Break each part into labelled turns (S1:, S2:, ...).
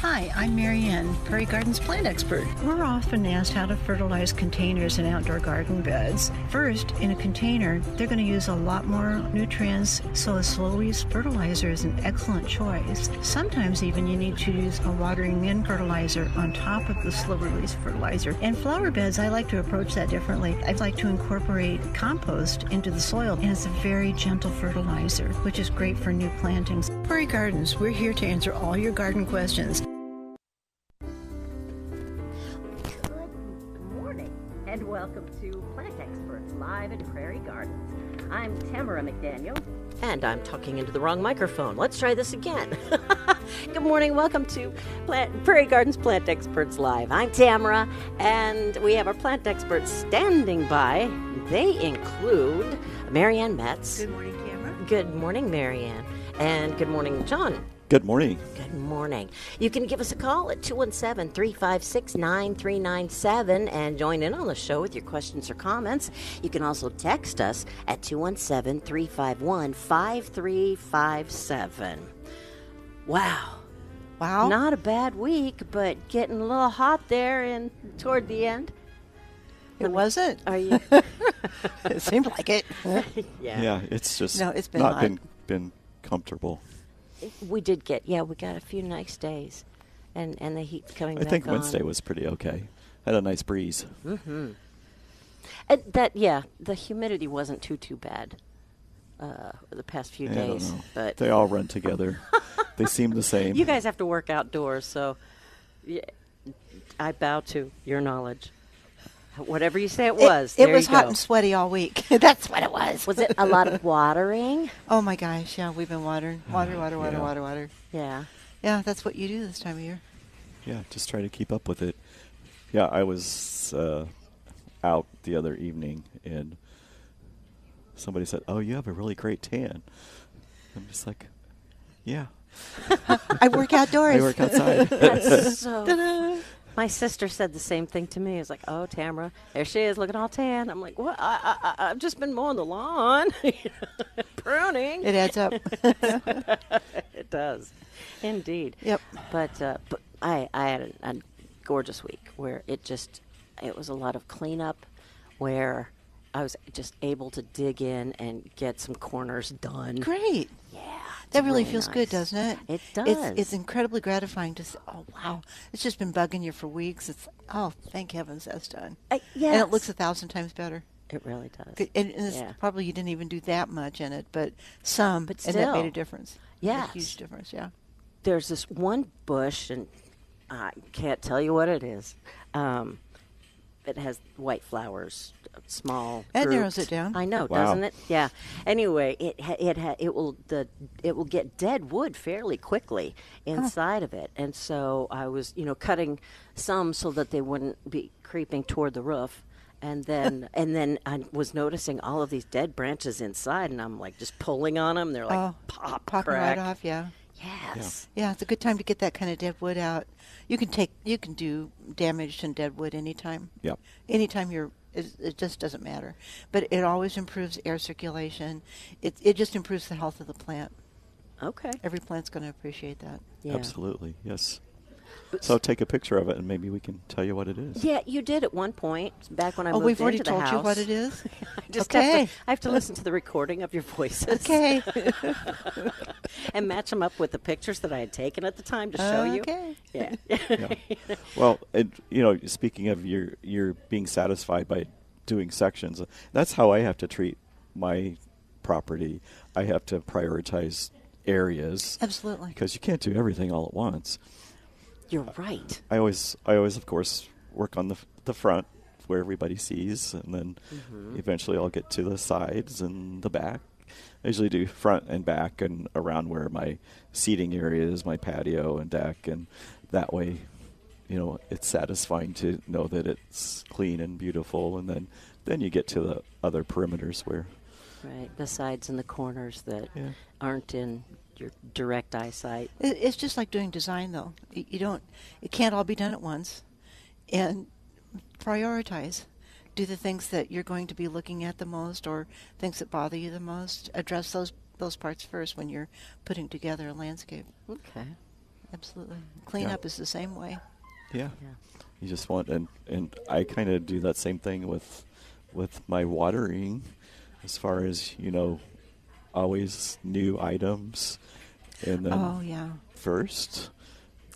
S1: Hi, I'm Marianne, Prairie Gardens plant expert. We're often asked how to fertilize containers in outdoor garden beds. First, in a container, they're going to use a lot more nutrients, so a slow release fertilizer is an excellent choice. Sometimes even you need to use a watering in fertilizer on top of the slow release fertilizer. And flower beds, I like to approach that differently. I'd like to incorporate compost into the soil, and it's a very gentle fertilizer, which is great for new plantings. Prairie Gardens, we're here to answer all your garden questions.
S2: Good morning, and welcome to Plant Experts Live in Prairie Gardens. I'm Tamara McDaniel.
S3: And I'm talking into the wrong microphone. Let's try this again. Good morning. Welcome to Plant, Prairie Gardens Plant Experts Live. I'm Tamara, and we have our plant experts standing by. They include Marianne Metz.
S1: Good morning, Tamara.
S3: Good morning, Marianne. And good morning, John.
S4: Good morning.
S3: Good morning. You can give us a call at 217 356 9397 and join in on the show with your questions or comments. You can also text us at 217 351 5357. Wow.
S4: Oh.
S5: Wow.
S3: Not a bad week, but getting a little hot there and toward the end.
S5: it wasn't.
S3: Are you?
S5: it seemed like it.
S3: yeah.
S4: Yeah, it's just
S5: No, it's been
S4: not
S5: hot.
S4: been been comfortable.
S3: We did get, yeah, we got a few nice days. And, and the heat coming
S4: I
S3: back
S4: think
S3: on.
S4: Wednesday was pretty okay. Had a nice breeze.
S3: And that yeah, the humidity wasn't too too bad uh, the past few
S4: I don't
S3: days,
S4: know.
S3: but
S4: They all run together. they seem the same.
S3: you guys have to work outdoors, so yeah, I bow to your knowledge. Whatever you say, it was.
S5: It,
S3: There
S5: was
S3: you
S5: hot
S3: go.
S5: and sweaty all week. That's what it was.
S3: Was it a lot of watering?
S5: Oh my gosh! Yeah, we've been watering, water, water, water,
S4: Yeah.
S5: water, water.
S3: Yeah.
S5: Yeah, that's what you do this time of year.
S4: Yeah, just try to keep up with it. Yeah, I was uh, out the other evening and somebody said, "Oh, you have a really great tan." I'm just like, "Yeah,
S5: I work outdoors.
S4: I work outside."
S3: That's so. My sister said the same thing to me. It's like, "Oh, Tamara, there she is, looking all tan." I'm like, "What? I, I, I- I've just been mowing the lawn, pruning."
S5: It adds up.
S3: It does, indeed.
S5: Yep.
S3: But uh, but I I had a, a gorgeous week where it just it was a lot of cleanup, where I was just able to dig in and get some corners done.
S5: Great.
S3: Yeah, it's
S5: That really, feels good,
S3: nice.
S5: doesn't it?
S3: It does.
S5: It's, it's incredibly gratifying to say, oh, wow, it's just been bugging you for weeks. It's like, oh, thank heavens that's done.
S3: Uh,
S5: And
S3: yes.
S5: it looks a thousand times better.
S3: It really does.
S5: And, and it's
S3: Yeah.
S5: probably you didn't even do that much in it, but some.
S3: But
S5: and that made
S3: still.
S5: a difference.
S3: Yes.
S5: A huge difference, yeah.
S3: there's this one bush, and I can't tell you what it is. Um, it has white flowers, small.
S5: That narrows
S3: groups.
S5: it down.
S3: I know,
S4: Wow.
S3: doesn't it? Yeah. Anyway, it ha- it ha- it will the it will get dead wood fairly quickly inside of it, and so I was you know cutting some so that they wouldn't be creeping toward the roof. And then, and then I was noticing all of these dead branches inside, and I'm like just pulling on them. They're like
S5: Oh,
S3: pop,
S5: Popping
S3: crack.
S5: right off, yeah.
S3: Yes.
S5: Yeah, it's a good time to get that kind of dead wood out. You can take, you can do damaged and dead wood anytime.
S4: Yep.
S5: Anytime you're, it, it just doesn't matter. But it always improves air circulation. It it just improves the health of the plant.
S3: Okay.
S5: Every plant's going to appreciate that.
S3: Yeah.
S4: Absolutely, yes. So take a picture of it, and maybe we can tell you what it is.
S3: Yeah, you did at one point back when I
S5: oh,
S3: moved
S5: we've already
S3: into the
S5: told you what
S3: house.
S5: it is.
S3: I just
S5: Okay.
S3: Have to, I have to listen to the recording of your voices
S5: okay.
S3: and match them up with the pictures that I had taken at the time to show you.
S5: Okay.
S3: Yeah.
S4: Yeah. Well, and you know, speaking of your you're being satisfied by doing sections, that's how I have to treat my property. I have to prioritize areas
S5: Absolutely.
S4: because you can't do everything all at once.
S3: You're right.
S4: I always, I always, of course, work on the f- the front where everybody sees, and then eventually I'll get to the sides and the back. I usually do front and back and around where my seating area is, my patio and deck, and that way, you know, it's satisfying to know that it's clean and beautiful, and then then you get to the other perimeters where
S3: Right. The sides and the corners that
S4: Yeah.
S3: aren't in your direct eyesight.
S5: It, it's just like doing design, though. You, you don't, it can't all be done at once. And prioritize. Do the things that you're going to be looking at the most, or things that bother you the most. Address those those parts first when you're putting together a landscape.
S3: Okay.
S5: absolutely. Cleanup is the same way.
S4: Yeah.
S3: Yeah.
S4: You just want and and I kind of do that same thing with with my watering as far as, you know, always new items and then
S5: Oh yeah.
S4: first.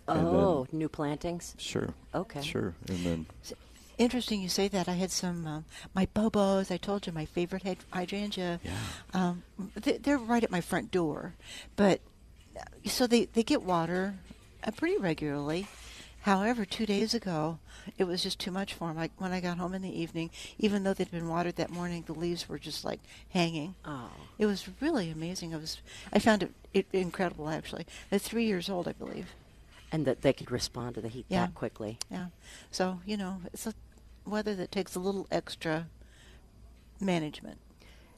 S4: and then-
S3: Oh, new plantings.
S4: sure.
S3: Okay.
S4: Sure. And then
S5: S- Interesting you say that. I had some um, my bobos. I told you my favorite had hydrangea.
S4: Yeah.
S5: Um, th- they're right at my front door, but uh, so they they get water uh, pretty regularly. However, two days ago, it was just too much for them. I, when I got home in the evening, even though they'd been watered that morning, the leaves were just like hanging.
S3: Oh.
S5: It was really amazing. I was I found it, it incredible actually. At three years old, I believe.
S3: And that they could respond to the heat
S5: Yeah.
S3: that quickly.
S5: Yeah. So, you know, it's a weather that takes a little extra management.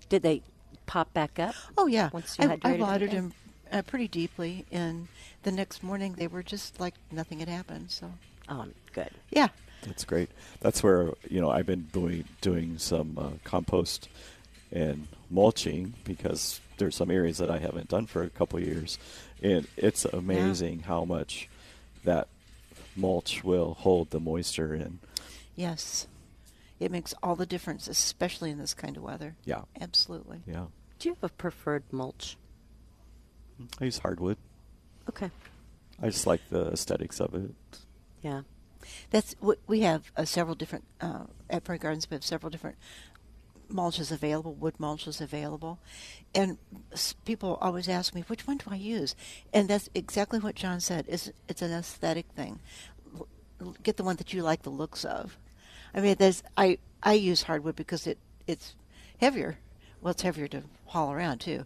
S3: Did they pop back up?
S5: Oh, yeah.
S3: Once you
S5: I, I
S3: hydrated
S5: watered
S3: them.
S5: them uh, pretty deeply, and the next morning they were just like nothing had happened. So,
S3: Oh, I'm good.
S5: yeah.
S4: That's great. That's where you know I've been doing doing some uh, compost and mulching because there's some areas that I haven't done for a couple years, and it's amazing how much that mulch will hold the moisture in.
S5: Yes. It makes all the difference, especially in this kind of weather.
S4: Yeah,
S5: Absolutely.
S4: yeah.
S3: Do you have a preferred mulch?
S4: I use hardwood.
S3: Okay.
S4: I just like the aesthetics of it.
S3: Yeah.
S5: That's w- we have uh, several different uh, at Prairie Gardens. We have several different mulches available. Wood mulches available, and s- people always ask me which one do I use, and that's exactly what John said. It's it's an aesthetic thing. L- l- Get the one that you like the looks of. I mean, there's I I use hardwood because it it's heavier. Well, it's heavier to haul around too,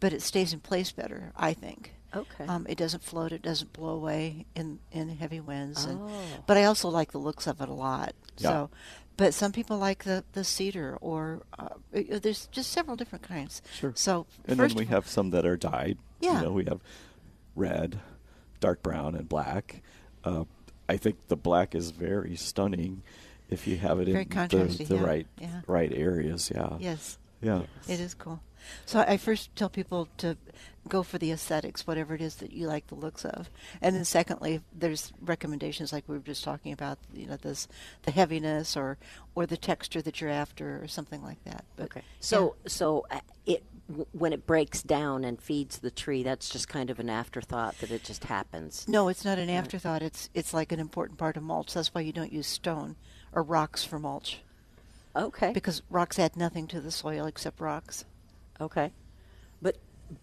S5: but it stays in place better. I think.
S3: Okay.
S5: Um, it doesn't float. It doesn't blow away in in heavy winds. And,
S3: Oh.
S5: But I also like the looks of it a lot.
S4: Yeah.
S5: So, but some people like the the cedar or uh, y- y- there's just several different kinds.
S4: Sure.
S5: So
S4: And
S5: first
S4: then we
S5: of all-
S4: have some that are dyed.
S5: Yeah.
S4: You know, we have red, dark brown, and black. Uh, I think the black is very stunning if you have it
S5: Very
S4: in the,
S5: contrasty,
S4: the
S5: yeah,
S4: right
S5: yeah.
S4: right areas. Yeah.
S5: yes.
S4: Yeah.
S5: It is cool. So I first tell people to go for the aesthetics, whatever it is that you like the looks of, and then secondly, there's recommendations like we were just talking about, you know, this the heaviness or or the texture that you're after or something like that. But,
S3: Okay.
S5: yeah.
S3: So so uh, it w- when it breaks down and feeds the tree, that's just kind of an afterthought that it just happens.
S5: No, it's not an afterthought. It's it's like an important part of mulch. That's why you don't use stone or rocks for mulch
S3: Okay.
S5: because rocks add nothing to the soil except rocks.
S3: okay. But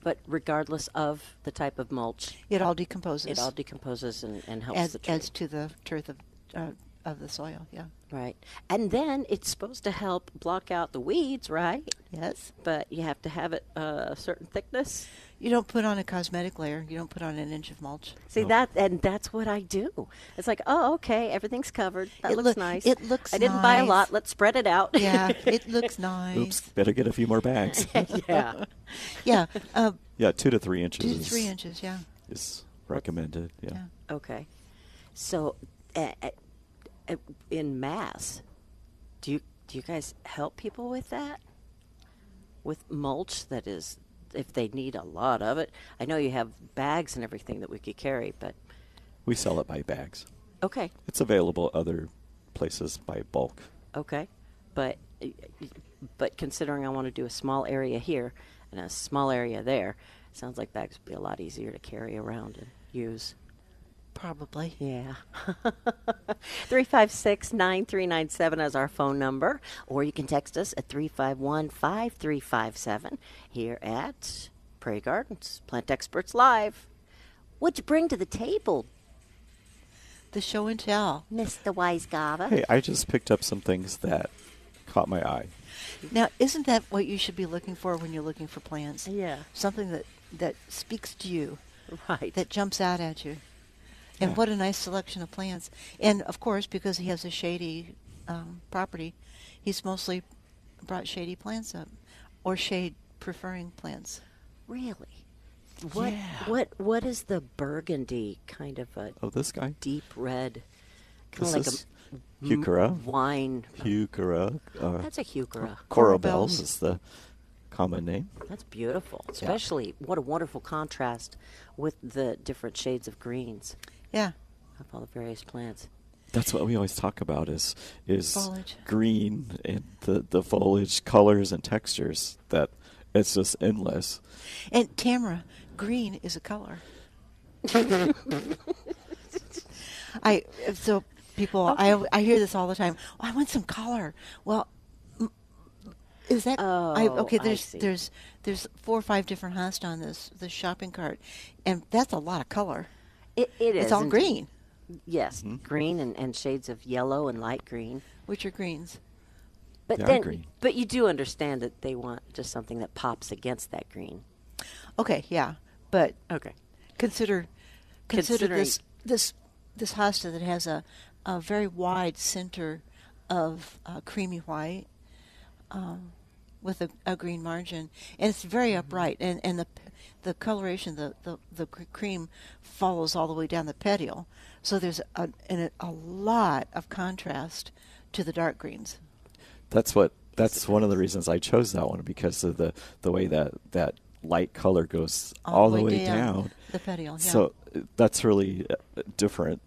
S3: but regardless of the type of mulch,
S5: It all decomposes.
S3: it all decomposes and, and helps
S5: adds,
S3: the tree.
S5: adds to the turf of uh, of the soil. Yeah.
S3: right. And then it's supposed to help block out the weeds, right?
S5: Yes.
S3: But you have to have it uh, a certain thickness.
S5: You don't put on a cosmetic layer. You don't put on an inch of mulch.
S3: See that, and that's what I do. It's like, oh, okay, everything's covered. That
S5: It
S3: looks
S5: look-
S3: nice.
S5: it looks
S3: I didn't buy a
S5: nice.
S3: lot. Let's spread it out.
S5: Yeah, it looks nice.
S4: Oops. Better get a few more bags.
S3: yeah.
S5: Yeah, uh,
S4: yeah, two to three inches.
S5: two to three
S4: is-
S5: inches. Yeah,
S4: is recommended. Yeah.
S5: yeah.
S3: Okay. So, uh, uh, uh, in mass, do you do you guys help people with that? With mulch, that is, if they need a lot of it. I know you have bags and everything that we could carry, but
S4: We sell it by bags.
S3: okay,
S4: It's available other places by bulk.
S3: okay. But uh, but considering I want to do a small area here and a small area there, sounds like bags would be a lot easier to carry around and use.
S5: Probably.
S3: Yeah. 356 9397 is our phone number, or you can text us at 351 5357 here at Prairie Gardens, Plant Experts Live. What'd you bring to the table,
S5: The show and tell.
S3: Mr. Weisgava?
S4: Hey, I just picked up some things that caught my eye.
S5: Now, isn't that what you should be looking for when you're looking for plants?
S3: Yeah.
S5: Something that that speaks to you.
S3: Right.
S5: that jumps out at you. And what a nice selection of plants. And of course, because he has a shady um, property, he's mostly brought shady plants up or shade preferring plants.
S3: really? What, what, what is the burgundy kind of a
S4: Oh, this guy,
S3: deep red? Kind
S4: This
S3: of like
S4: is
S3: a
S4: Heuchera.
S3: wine.
S4: Heuchera. Uh,
S3: That's a heuchera.
S4: Corabels is the common name.
S3: That's beautiful. Especially what a wonderful contrast with the different shades of greens
S5: Yeah.
S3: of all the various plants.
S4: That's what we always talk about is is
S5: Foliage.
S4: green and the, the foliage colors and textures that it's just endless.
S5: And Tamara, green is a color. I so people I I hear this all the time. Oh, I want some color. Well, m- is that I,
S3: Oh,
S5: okay?
S3: I
S5: There's
S3: see.
S5: there's there's four or five different hosts on this this shopping cart, and that's a lot of color.
S3: It, it
S5: It's
S3: is
S5: all
S3: indeed.
S5: green,
S3: Yes,
S4: Mm-hmm.
S3: green and, and shades of yellow and light green.
S5: which are greens.
S3: But
S4: They are
S3: then,
S4: green.
S3: but you do understand that they want just something that pops against that green.
S5: Okay, yeah, but
S3: Okay.
S5: consider consider
S3: Considering-
S5: this this this hosta that has a, a very wide center of uh, creamy white um, with a, a green margin and it's very upright and, and the the coloration the, the the cr- cream follows all the way down the petiole so there's a, an, a lot of contrast to the dark greens
S4: That's what that's one of the reasons I chose that one because of the, the way that, that light color goes all, the way, down.
S5: the petiole yeah.
S4: So uh, that's really uh, different,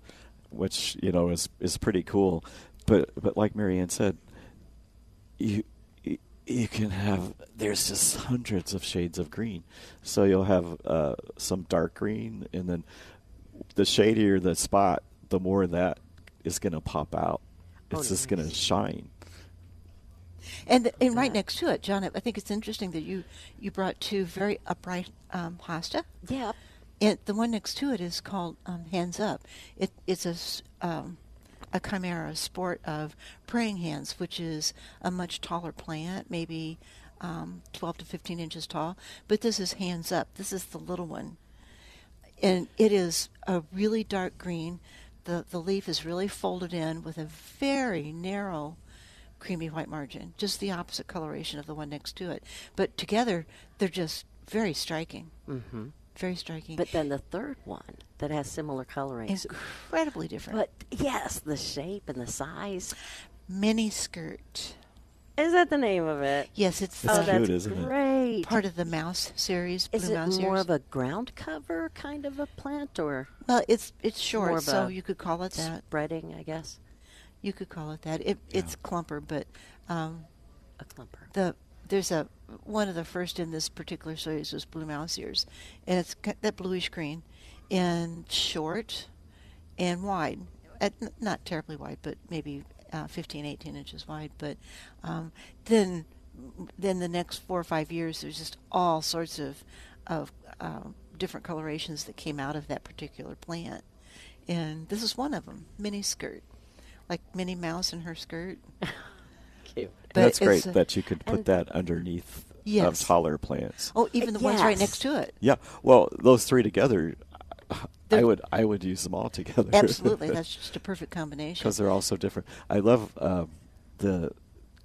S4: which you know is is pretty cool. But but like Marianne said, you you- you can have there's just hundreds of shades of green. So you'll have uh, some dark green, and then the shadier the spot, the more that is going to pop out. It's just going to shine.
S5: And th- and right next to it, John, I think it's interesting that you you brought two very upright um, hosta.
S3: Yeah.
S5: And the one next to it is called um, Hands Up. It it's a s- um, a chimera a sport of praying hands, which is a much taller plant, maybe um, twelve to fifteen inches tall. But this is Hands Up. This is the little one and it is a really dark green. The the leaf is really folded in with a very narrow creamy white margin, just the opposite coloration of the one next to it. But together, they're just very striking. Mm-hmm. Very striking.
S3: But then the third one that has similar colorings.
S5: incredibly different.
S3: But yes, the shape and the size.
S5: mini skirt.
S3: Is that the name of it?
S5: Yes, it's
S4: It's
S3: oh,
S5: the-
S4: cute,
S3: that's
S4: isn't it?
S3: great.
S5: part of the mouse series.
S3: Is
S5: Blue
S3: it
S5: mouse
S3: more
S5: ears.
S3: of a ground cover kind of a plant or
S5: Well, it's it's short,
S3: more of
S5: so
S3: a
S5: you could call it that.
S3: spreading, I guess?
S5: You could call it that. It, It's clumper, but um,
S3: A clumper.
S5: the there's a one of the first in this particular series was blue mouse ears, and it's ki- that bluish green, and short, and wide, at, n- not terribly wide, but maybe uh, 15, 18 inches wide. But um, then then the next four or five years, there's just all sorts of of um, different colorations that came out of that particular plant, and this is one of them, mini skirt, like Minnie Mouse in her skirt.
S3: Cute.
S5: But
S4: that's
S5: it's
S4: great
S5: a-
S4: that you could put
S3: and-
S4: that underneath
S5: Yes.
S4: of taller plants.
S5: Oh, even the ones right
S3: yes.
S5: next to it.
S4: Yeah. Well, those three together, I
S5: They're-
S4: would I would use them all together.
S5: Absolutely, that's just a perfect combination.
S4: because they're all so different. I love uh, the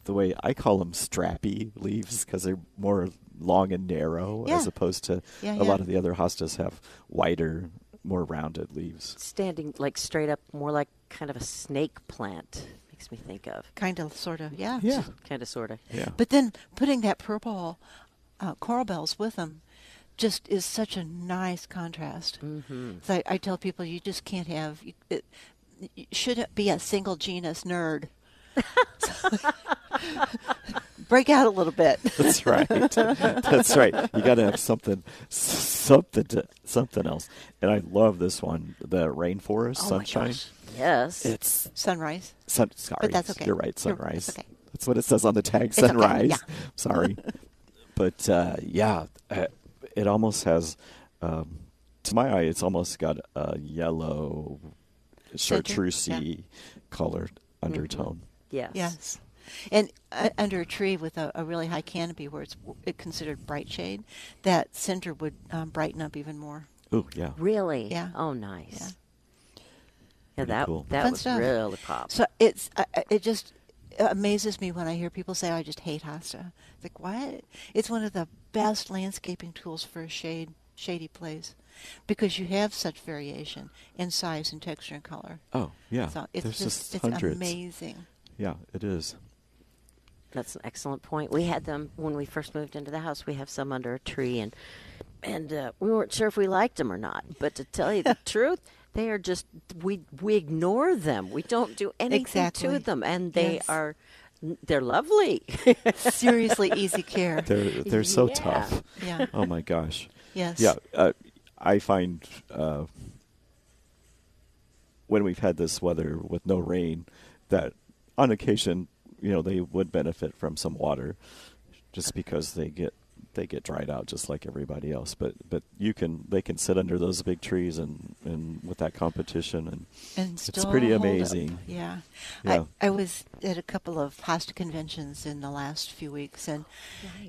S4: the way I call them strappy leaves because they're more long and narrow as
S5: Yeah.
S4: opposed to
S5: Yeah,
S4: a
S5: yeah.
S4: lot of the other hostas have wider, more rounded leaves.
S3: Standing like straight up, more like kind of a snake plant, makes me think of.
S5: Kind of, sort of, yeah.
S4: Yeah,
S3: Kind of, sort of.
S4: yeah.
S5: But then putting that purple uh, coral bells with them just is such a nice contrast. Mm-hmm. So I, I tell people you just can't have, you, it, you shouldn't be a single genus nerd. Break out a little bit.
S4: That's right. That's right. You got to have something, something, to, something else. And I love this one, the rainforest
S5: Oh my
S4: sunshine.
S5: gosh.
S3: Yes.
S4: It's
S5: Sunrise.
S4: Sun, sorry,
S5: that's okay.
S4: You're right.
S5: You're- that's
S4: Sunrise.
S5: okay.
S4: That's what it says on the tag.
S5: okay,
S4: sunrise.
S5: yeah.
S4: Sorry, but uh, yeah, uh, it almost has. Um, to my eye, it's almost got a yellow,
S5: Center, yeah. Mm-hmm.
S4: chartreusey colored undertone.
S3: yes.
S5: Yes. And uh, under a tree with a, a really high canopy where it's w- it considered bright shade, that center would um, brighten up even more.
S4: Oh yeah,
S3: Really?
S5: Yeah.
S3: Oh, nice.
S5: Yeah.
S3: Yeah.
S4: Pretty
S3: that
S4: cool.
S3: that
S5: Fun
S3: was
S5: stuff.
S3: really pop.
S5: So it's I- I- it just amazes me when I hear people say, "I just hate hosta." It's like what? It's one of the best landscaping tools for a shade shady place because you have such variation in size and texture and color.
S4: Oh yeah.
S5: So it's
S4: There's
S5: just,
S4: just
S5: it's
S4: hundreds.
S5: amazing.
S4: Yeah, it is.
S3: That's an excellent point. We had them when we first moved into the house. We have some under a tree, and and uh, we weren't sure if we liked them or not. But to tell you the truth, they are just we we ignore them. We don't do anything
S5: Exactly.
S3: to them, and they
S5: Yes.
S3: are they're lovely.
S5: Seriously, easy care.
S4: They're they're so
S3: Yeah.
S4: tough.
S5: Yeah.
S4: Oh my gosh.
S5: Yes.
S4: Yeah. Uh, I find uh, when we've had this weather with no rain, that on occasion, you know, they would benefit from some water, just because they get they get dried out just like everybody else. But but you can they can sit under those big trees and and with that competition and
S5: and
S4: It's
S5: still
S4: pretty
S5: hold up.
S4: amazing.
S5: Yeah,
S4: Yeah.
S5: I, I was at a couple of hosta conventions in the last few weeks, and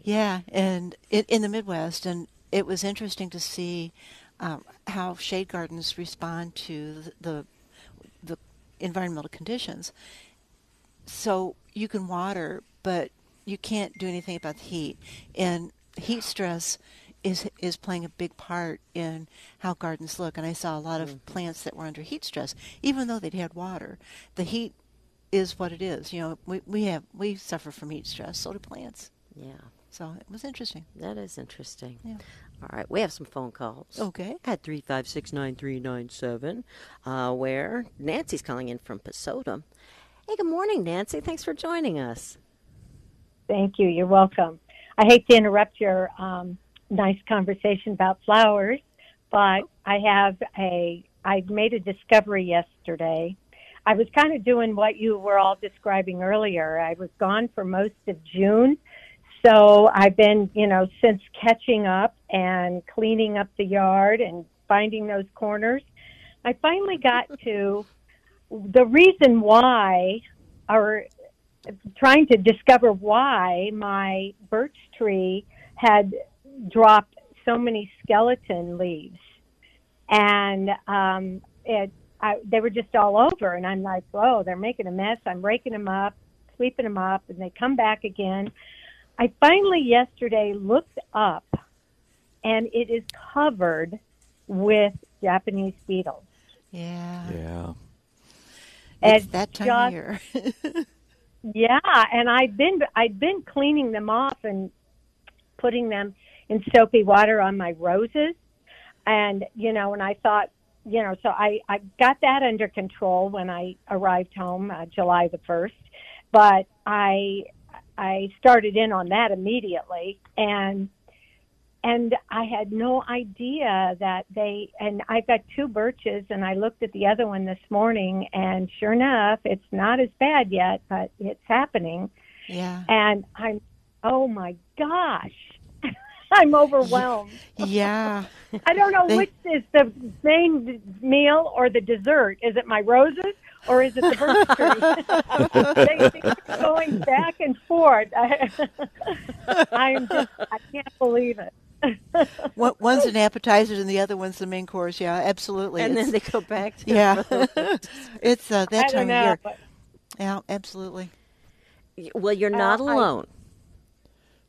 S5: yeah, and in, in the Midwest, and it was interesting to see um, how shade gardens respond to the, the the environmental conditions. So you can water, but you can't do anything about the heat, and heat stress. Is, is playing a big part in how gardens look, and I saw a lot of
S6: Mm-hmm.
S5: plants that were under heat stress, even though they'd had water. The heat is what it is. You know, we, we have we suffer from heat stress, so do plants.
S3: yeah.
S5: So it was interesting.
S3: That is interesting.
S5: Yeah.
S3: All right, we have some phone calls.
S5: Okay.
S3: At 3569397, uh, where Nancy's calling in from Posota. Hey, good morning, Nancy. Thanks for joining us.
S6: Thank you. You're welcome. I hate to interrupt your um, nice conversation about flowers, but I have a I made a discovery yesterday. I was kind of doing what you were all describing earlier. I was gone for most of June, so I've been, you know, since catching up and cleaning up the yard and finding those corners. I finally got to the reason why or trying to discover why my birch tree had dropped so many skeleton leaves, and um, it I, they were just all over. And I'm like, whoa, they're making a mess. I'm raking them up, sweeping them up, and they come back again. I finally yesterday looked up, and it is covered with Japanese beetles.
S5: Yeah.
S4: yeah.
S5: It's
S6: And
S5: that time
S6: just
S5: of year.
S6: Yeah, and I've been I've been cleaning them off and putting them in soapy water on my roses, and you know, and I thought, you know, so I I got that under control when I arrived home uh, July the first, but I I started in on that immediately and. And I had no idea that they, and I've got two birches, and I looked at the other one this morning, and sure enough, it's not as bad yet, but it's happening.
S5: yeah.
S6: And I'm, oh my gosh, I'm overwhelmed.
S5: Yeah.
S6: I don't know
S5: They-
S6: which is the main d- meal or the dessert. Is it my roses or is it the birch tree? they keep going back and forth. I, I'm just, I can't believe it.
S5: One, one's an appetizer and the other one's the main course. Yeah, absolutely.
S3: And then
S5: It's-
S3: they go back to
S5: yeah. it's uh, that
S6: I
S5: time
S6: don't know.
S5: of year.
S6: but
S5: Yeah, absolutely.
S3: Well, you're not
S6: Uh, I-
S3: alone.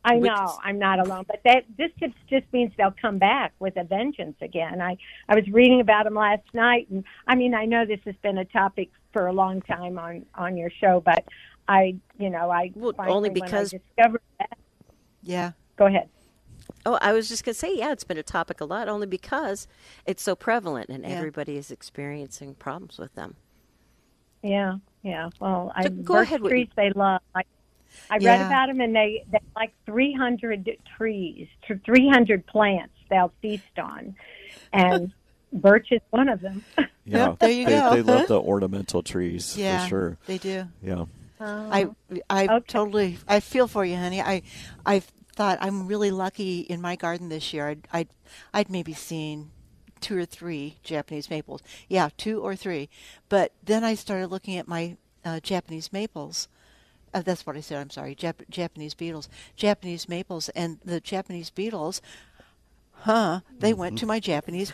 S6: I
S3: Which-
S6: know I'm not alone, but that this just just means they'll come back with a vengeance again. I I was reading about them last night, and I mean I know this has been a topic for a long time on on your show, but I you know I
S3: Well,
S6: finally
S3: only
S6: when I
S3: because-
S6: discovered that.
S5: Yeah.
S6: Go ahead.
S3: oh, I was just going to say, yeah, it's been a topic a lot only because it's so prevalent and
S5: Yeah.
S3: everybody is experiencing problems with them.
S6: Yeah, yeah. Well, I
S3: So go
S6: birch
S3: ahead with-
S6: trees they love. I, I read
S5: Yeah.
S6: about them, and they they like three hundred trees, three hundred plants they'll feast on, and birch is one of them.
S4: Yeah.
S5: there you
S4: they,
S5: go.
S4: They love the ornamental trees
S5: Yeah.
S4: for sure.
S5: They do.
S4: Yeah.
S5: I I
S6: Okay.
S5: totally I feel for you, honey. I I thought I'm really lucky in my garden this year. I'd I'd, I'd maybe seen two or three Japanese maples. Yeah, two or three. But then I started looking at my uh, Japanese maples. Uh, that's what I said. I'm sorry. Jap- Japanese beetles. Japanese maples and the Japanese beetles. Huh? They went
S4: Mm-hmm.
S5: to my Japanese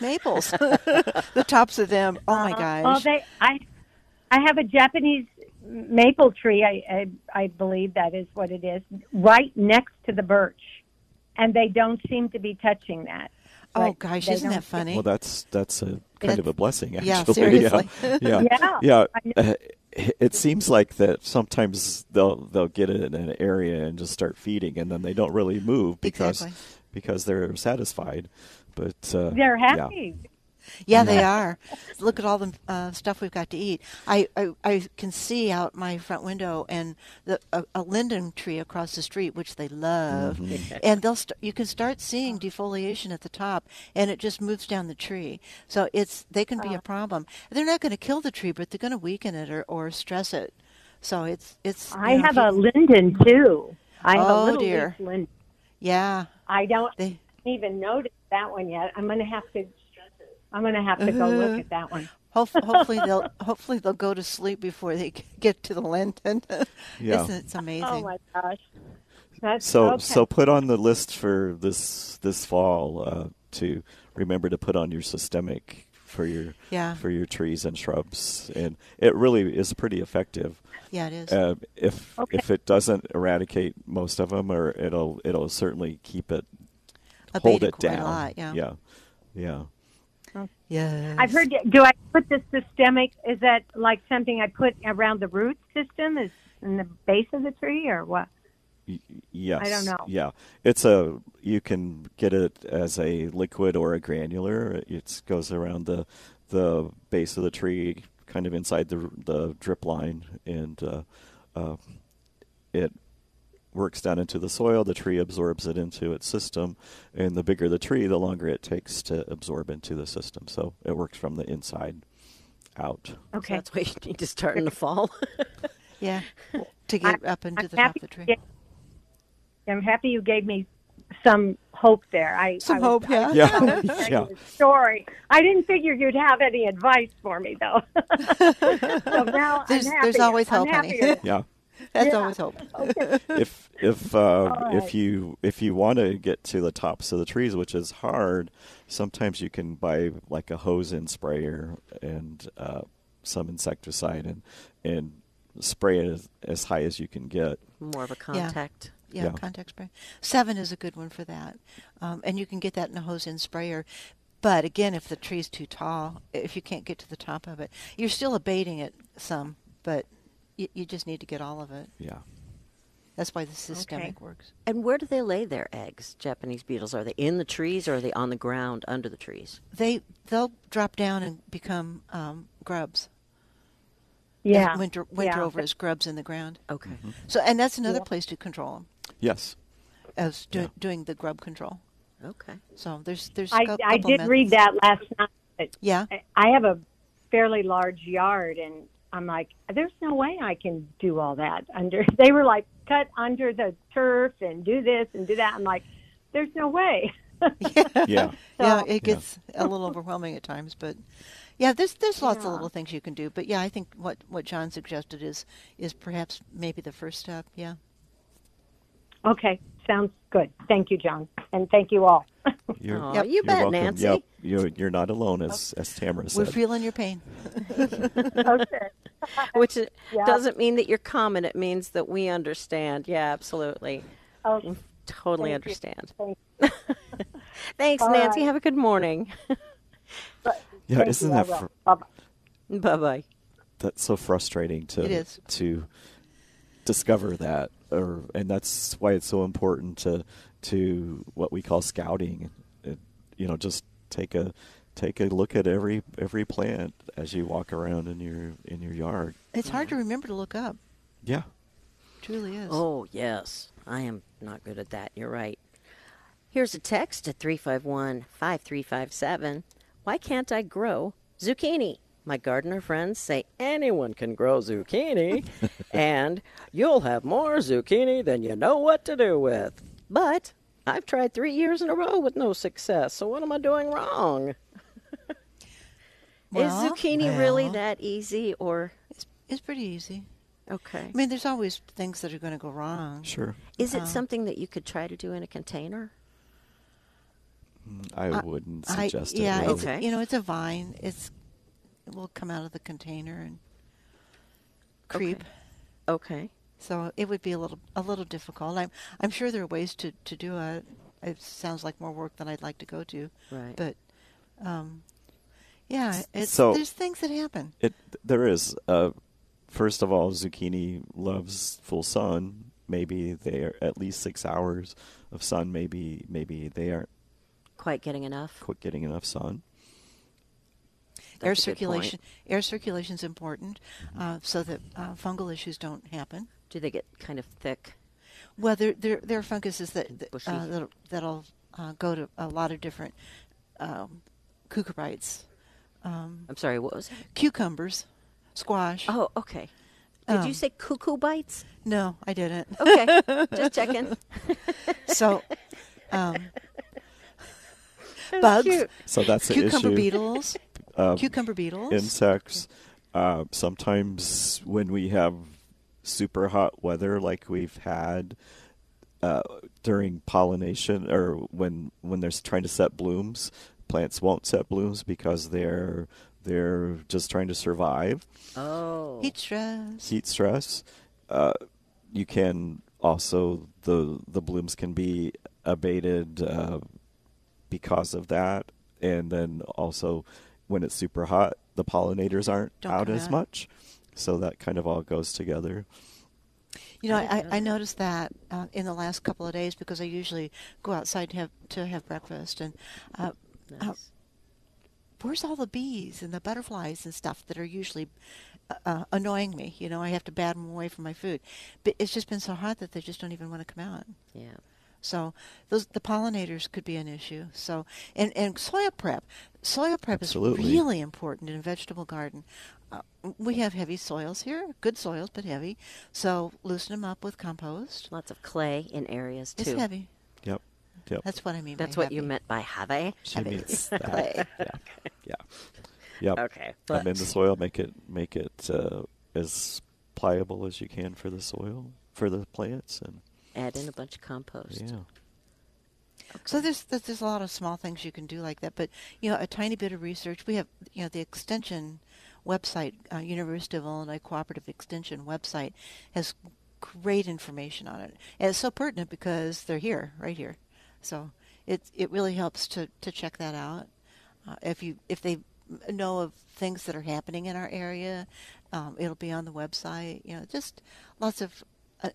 S5: maples. the tops of them. Oh my gosh.
S6: Uh, Well, they, I, I have a Japanese maple tree. I, I, I believe that is what it is, right next to the birch, and they don't seem to be touching that.
S5: oh
S6: Right.
S5: gosh,
S6: They
S5: isn't
S6: don't-
S5: that funny?
S4: Well, that's that's a kind
S5: That's-
S4: of a blessing,
S5: yeah,
S4: actually.
S5: seriously.
S4: yeah, yeah,
S6: Yeah,
S4: yeah.
S6: I
S4: Uh, it seems like that sometimes they'll they'll get it in an area and just start feeding, and then they don't really move because
S5: Exactly.
S4: because they're satisfied. But uh,
S6: They're
S4: yeah.
S6: happy.
S5: Yeah, they are. Look at all the uh, stuff we've got to eat. I, I I can see out my front window and the a, a linden tree across the street, which they love. And they'll st- you can start seeing defoliation at the top, and it just moves down the tree. So it's they can
S6: Uh-huh.
S5: be a problem. They're not going to kill the tree, but they're going to weaken it or, or stress it. So it's it's.
S6: I
S5: you know,
S6: have
S5: if you-
S6: a linden too. I have
S5: Oh,
S6: a little
S5: dear.
S6: leaf linden.
S5: yeah.
S6: I don't
S5: They-
S6: even notice that one yet. I'm going to have to. I'm going to have to go
S5: Uh-huh.
S6: look at that one.
S5: Hope, hopefully they'll hopefully they'll go to sleep before they get to the linden.
S4: Yeah.
S5: Isn't it amazing?
S6: Oh my gosh. That's
S4: So
S6: okay.
S4: so put on the list for this this fall uh, to remember to put on your systemic for your
S5: Yeah.
S4: for your trees and shrubs, and it really is pretty effective.
S5: yeah, it is.
S4: Uh, if if it doesn't eradicate most of them, or it'll it'll certainly keep it hold
S5: Abated
S4: it
S5: quite
S4: down.
S5: A lot, yeah.
S4: yeah, yeah.
S5: Yes.
S6: I've heard. Do I put the systemic? Is that like something I put around the root system? Is in the base of the tree or what?
S4: Y- Yes.
S6: know.
S4: Yeah, it's a you can get it as a liquid or a granular. It goes around the the base of the tree, kind of inside the the drip line, and uh, uh, it works down into the soil. The tree absorbs it into its system, and the bigger the tree, the longer it takes to absorb into the system. So it works from the inside out.
S3: So
S6: Okay.
S3: that's why you need to start in the fall.
S5: Yeah, to get up into
S6: I'm
S5: the top
S6: happy
S5: of the tree.
S6: you gave- I'm happy you gave me some hope there. I
S5: Some
S6: I was-
S5: hope, yeah.
S4: Yeah, yeah.
S6: Story. I didn't figure you'd have any advice for me though. so now
S5: There's- there's
S6: I'm happier.
S5: always
S6: I'm
S5: hope, honey.
S6: happier.
S4: Yeah.
S5: That's
S6: Yeah.
S5: always hope.
S6: Oh.
S4: if if uh,
S6: right.
S4: if you if you want to get to the tops of the trees, which is hard, sometimes you can buy like a hose and sprayer and uh, some insecticide and and spray it as, as high as you can get.
S3: More of a contact.
S5: Yeah,
S4: Yeah.
S5: contact spray. Seven is a good one for that, um, and you can get that in a hose and sprayer. But again, if the tree's too tall, if you can't get to the top of it, you're still abating it some, but you, you just need to get all of it.
S4: Yeah.
S5: That's why the systemic works.
S3: And where do they lay their eggs? Japanese beetles are they in the trees or are they on the ground under the trees?
S5: They they'll drop down and become um, grubs.
S6: Yeah.
S5: winter winter
S6: Yeah. Oh.
S5: over as grubs in the ground.
S3: Okay.
S5: So and that's another place to control them,
S4: Yes.
S5: as do, doing the grub control.
S3: Okay.
S5: So there's there's
S6: I,
S5: cou-
S6: I
S5: couple
S6: did read
S5: methods.
S6: that last night. but
S5: Yeah.
S6: I- I have a fairly large yard, and I'm like, there's no way I can do all that under. They were like, cut under the turf and do this and do that. I'm like, there's no way.
S4: Yeah.
S5: yeah,
S6: So-
S5: it gets a little overwhelming at times, but yeah, there's there's lots of little things you can do. But yeah, I think what what John suggested is is perhaps maybe the first step. Yeah.
S6: Okay, sounds good. Thank you, John, and thank you all.
S4: You're,
S3: Aw,
S5: Yep.
S3: you
S4: you're
S3: bet,
S4: welcome.
S3: Nancy.
S4: Yep. You're, you're not alone, as as Tamara said.
S5: We're feeling your pain.
S6: okay.
S3: Which it doesn't mean that you're common. It means that we understand. Yeah, absolutely.
S6: okay.
S3: Totally
S6: Thank you.
S3: understand.
S6: Thank
S3: Thanks,
S6: All
S3: Nancy.
S6: right.
S3: Have a good morning.
S4: yeah.
S6: Thank
S4: isn't
S6: you, I
S4: that
S6: will.
S4: fr-
S6: Bye-bye.
S3: bye bye.
S4: that's so frustrating to
S5: It is.
S4: to discover that or and that's why it's so important to to what we call scouting it, you know just take a take a look at every every plant as you walk around in your in your yard
S5: It's hard to remember to look up.
S4: yeah
S5: It truly is.
S3: Oh, yes. I am not good at that. You're right. Here's a text at 351 5357. Why can't I grow zucchini? My gardener friends say anyone can grow zucchini, and you'll have more zucchini than you know what to do with. But I've tried three years in a row with no success, so what am I doing wrong?
S5: Well,
S3: Is zucchini really
S5: well.
S3: that easy, or
S5: It's, it's pretty easy.
S3: okay?
S5: I mean, uh-huh. there's always things that are going to go wrong.
S4: sure
S3: Is it something that you could try to do in a container?
S4: i wouldn't
S5: I-
S4: suggest it
S5: yeah,
S4: really.
S5: it's,
S3: Okay.
S5: you know, it's a vine. It's it will come out of the container and creep.
S3: Okay.
S5: So it would be a little a little difficult. I'm I'm sure there are ways to, to do it. It sounds like more work than I'd like to go to.
S3: Right.
S5: But um, yeah, it's
S4: so-
S5: there's things that happen.
S4: It there is. Uh, first of all, zucchini loves full sun. Maybe they are at least six hours of sun. Maybe maybe they aren't
S3: Quite getting enough.
S4: quite getting enough sun.
S3: That's
S5: air
S3: a good
S5: circulation.
S3: point.
S5: Air circulation is important, uh, so that uh, fungal issues don't happen.
S3: Do they get kind of thick?
S5: Well, there there, there are funguses that that,
S3: Bushy.
S5: uh, that'll, that'll uh, go to a lot of different um, cucurbites,
S3: I'm sorry, what was it?
S5: cucumbers, squash.
S3: Oh, okay. Did
S5: Um.
S3: you say cuckoo bites?
S5: No, I didn't.
S3: Okay, just checking.
S5: So, um, bugs,
S3: cute.
S4: So that's the
S5: cucumber
S4: issue.
S5: beetles, cucumber beetles.
S4: insects. Uh, sometimes when we have super hot weather, like we've had uh, during pollination, or when when they're trying to set blooms, plants won't set blooms because they're they're just trying to survive
S3: Oh,
S5: heat stress.
S4: heat stress. Uh, you can also the the blooms can be abated uh, because of that, and then also when it's super hot, the pollinators aren't
S5: Don't
S4: out
S5: come
S4: as
S5: out.
S4: much, so that kind of all goes together.
S5: You know, I, I noticed that uh, in the last couple of days because I usually go outside to have to have breakfast, and uh, uh,
S3: nice.
S5: where's all the bees and the butterflies and stuff that are usually uh, uh, annoying me? You know, I have to bat them away from my food, but it's just been so hot that they just don't even want to come out.
S3: yeah.
S5: So those the pollinators could be an issue. So and and soil prep, soil prep
S4: Absolutely.
S5: is really important in a vegetable garden. Uh, we have heavy soils here, good soils but heavy. So loosen them up with compost.
S3: Lots of clay in areas too.
S5: It's heavy.
S4: Yep, yep.
S5: That's what I mean. by
S3: That's what you
S5: heavy.
S3: meant by eh? heavy.
S4: she
S5: heavy.
S4: means that. yeah, yeah, yep.
S3: Okay,
S4: I'm in
S3: but-
S4: the soil. Make it make it uh, as pliable as you can for the soil for the plants, and
S3: Add in a bunch of compost.
S4: yeah,
S5: So there's there's there's a lot of small things you can do like that, but you know a tiny bit of research. We have you know the extension website, uh, University of Illinois Cooperative Extension website, has great information on it, and it's so pertinent because they're here, right here. So it it really helps to to check that out. Uh, if you if they know of things that are happening in our area, um, it'll be on the website. You know, just lots of uh,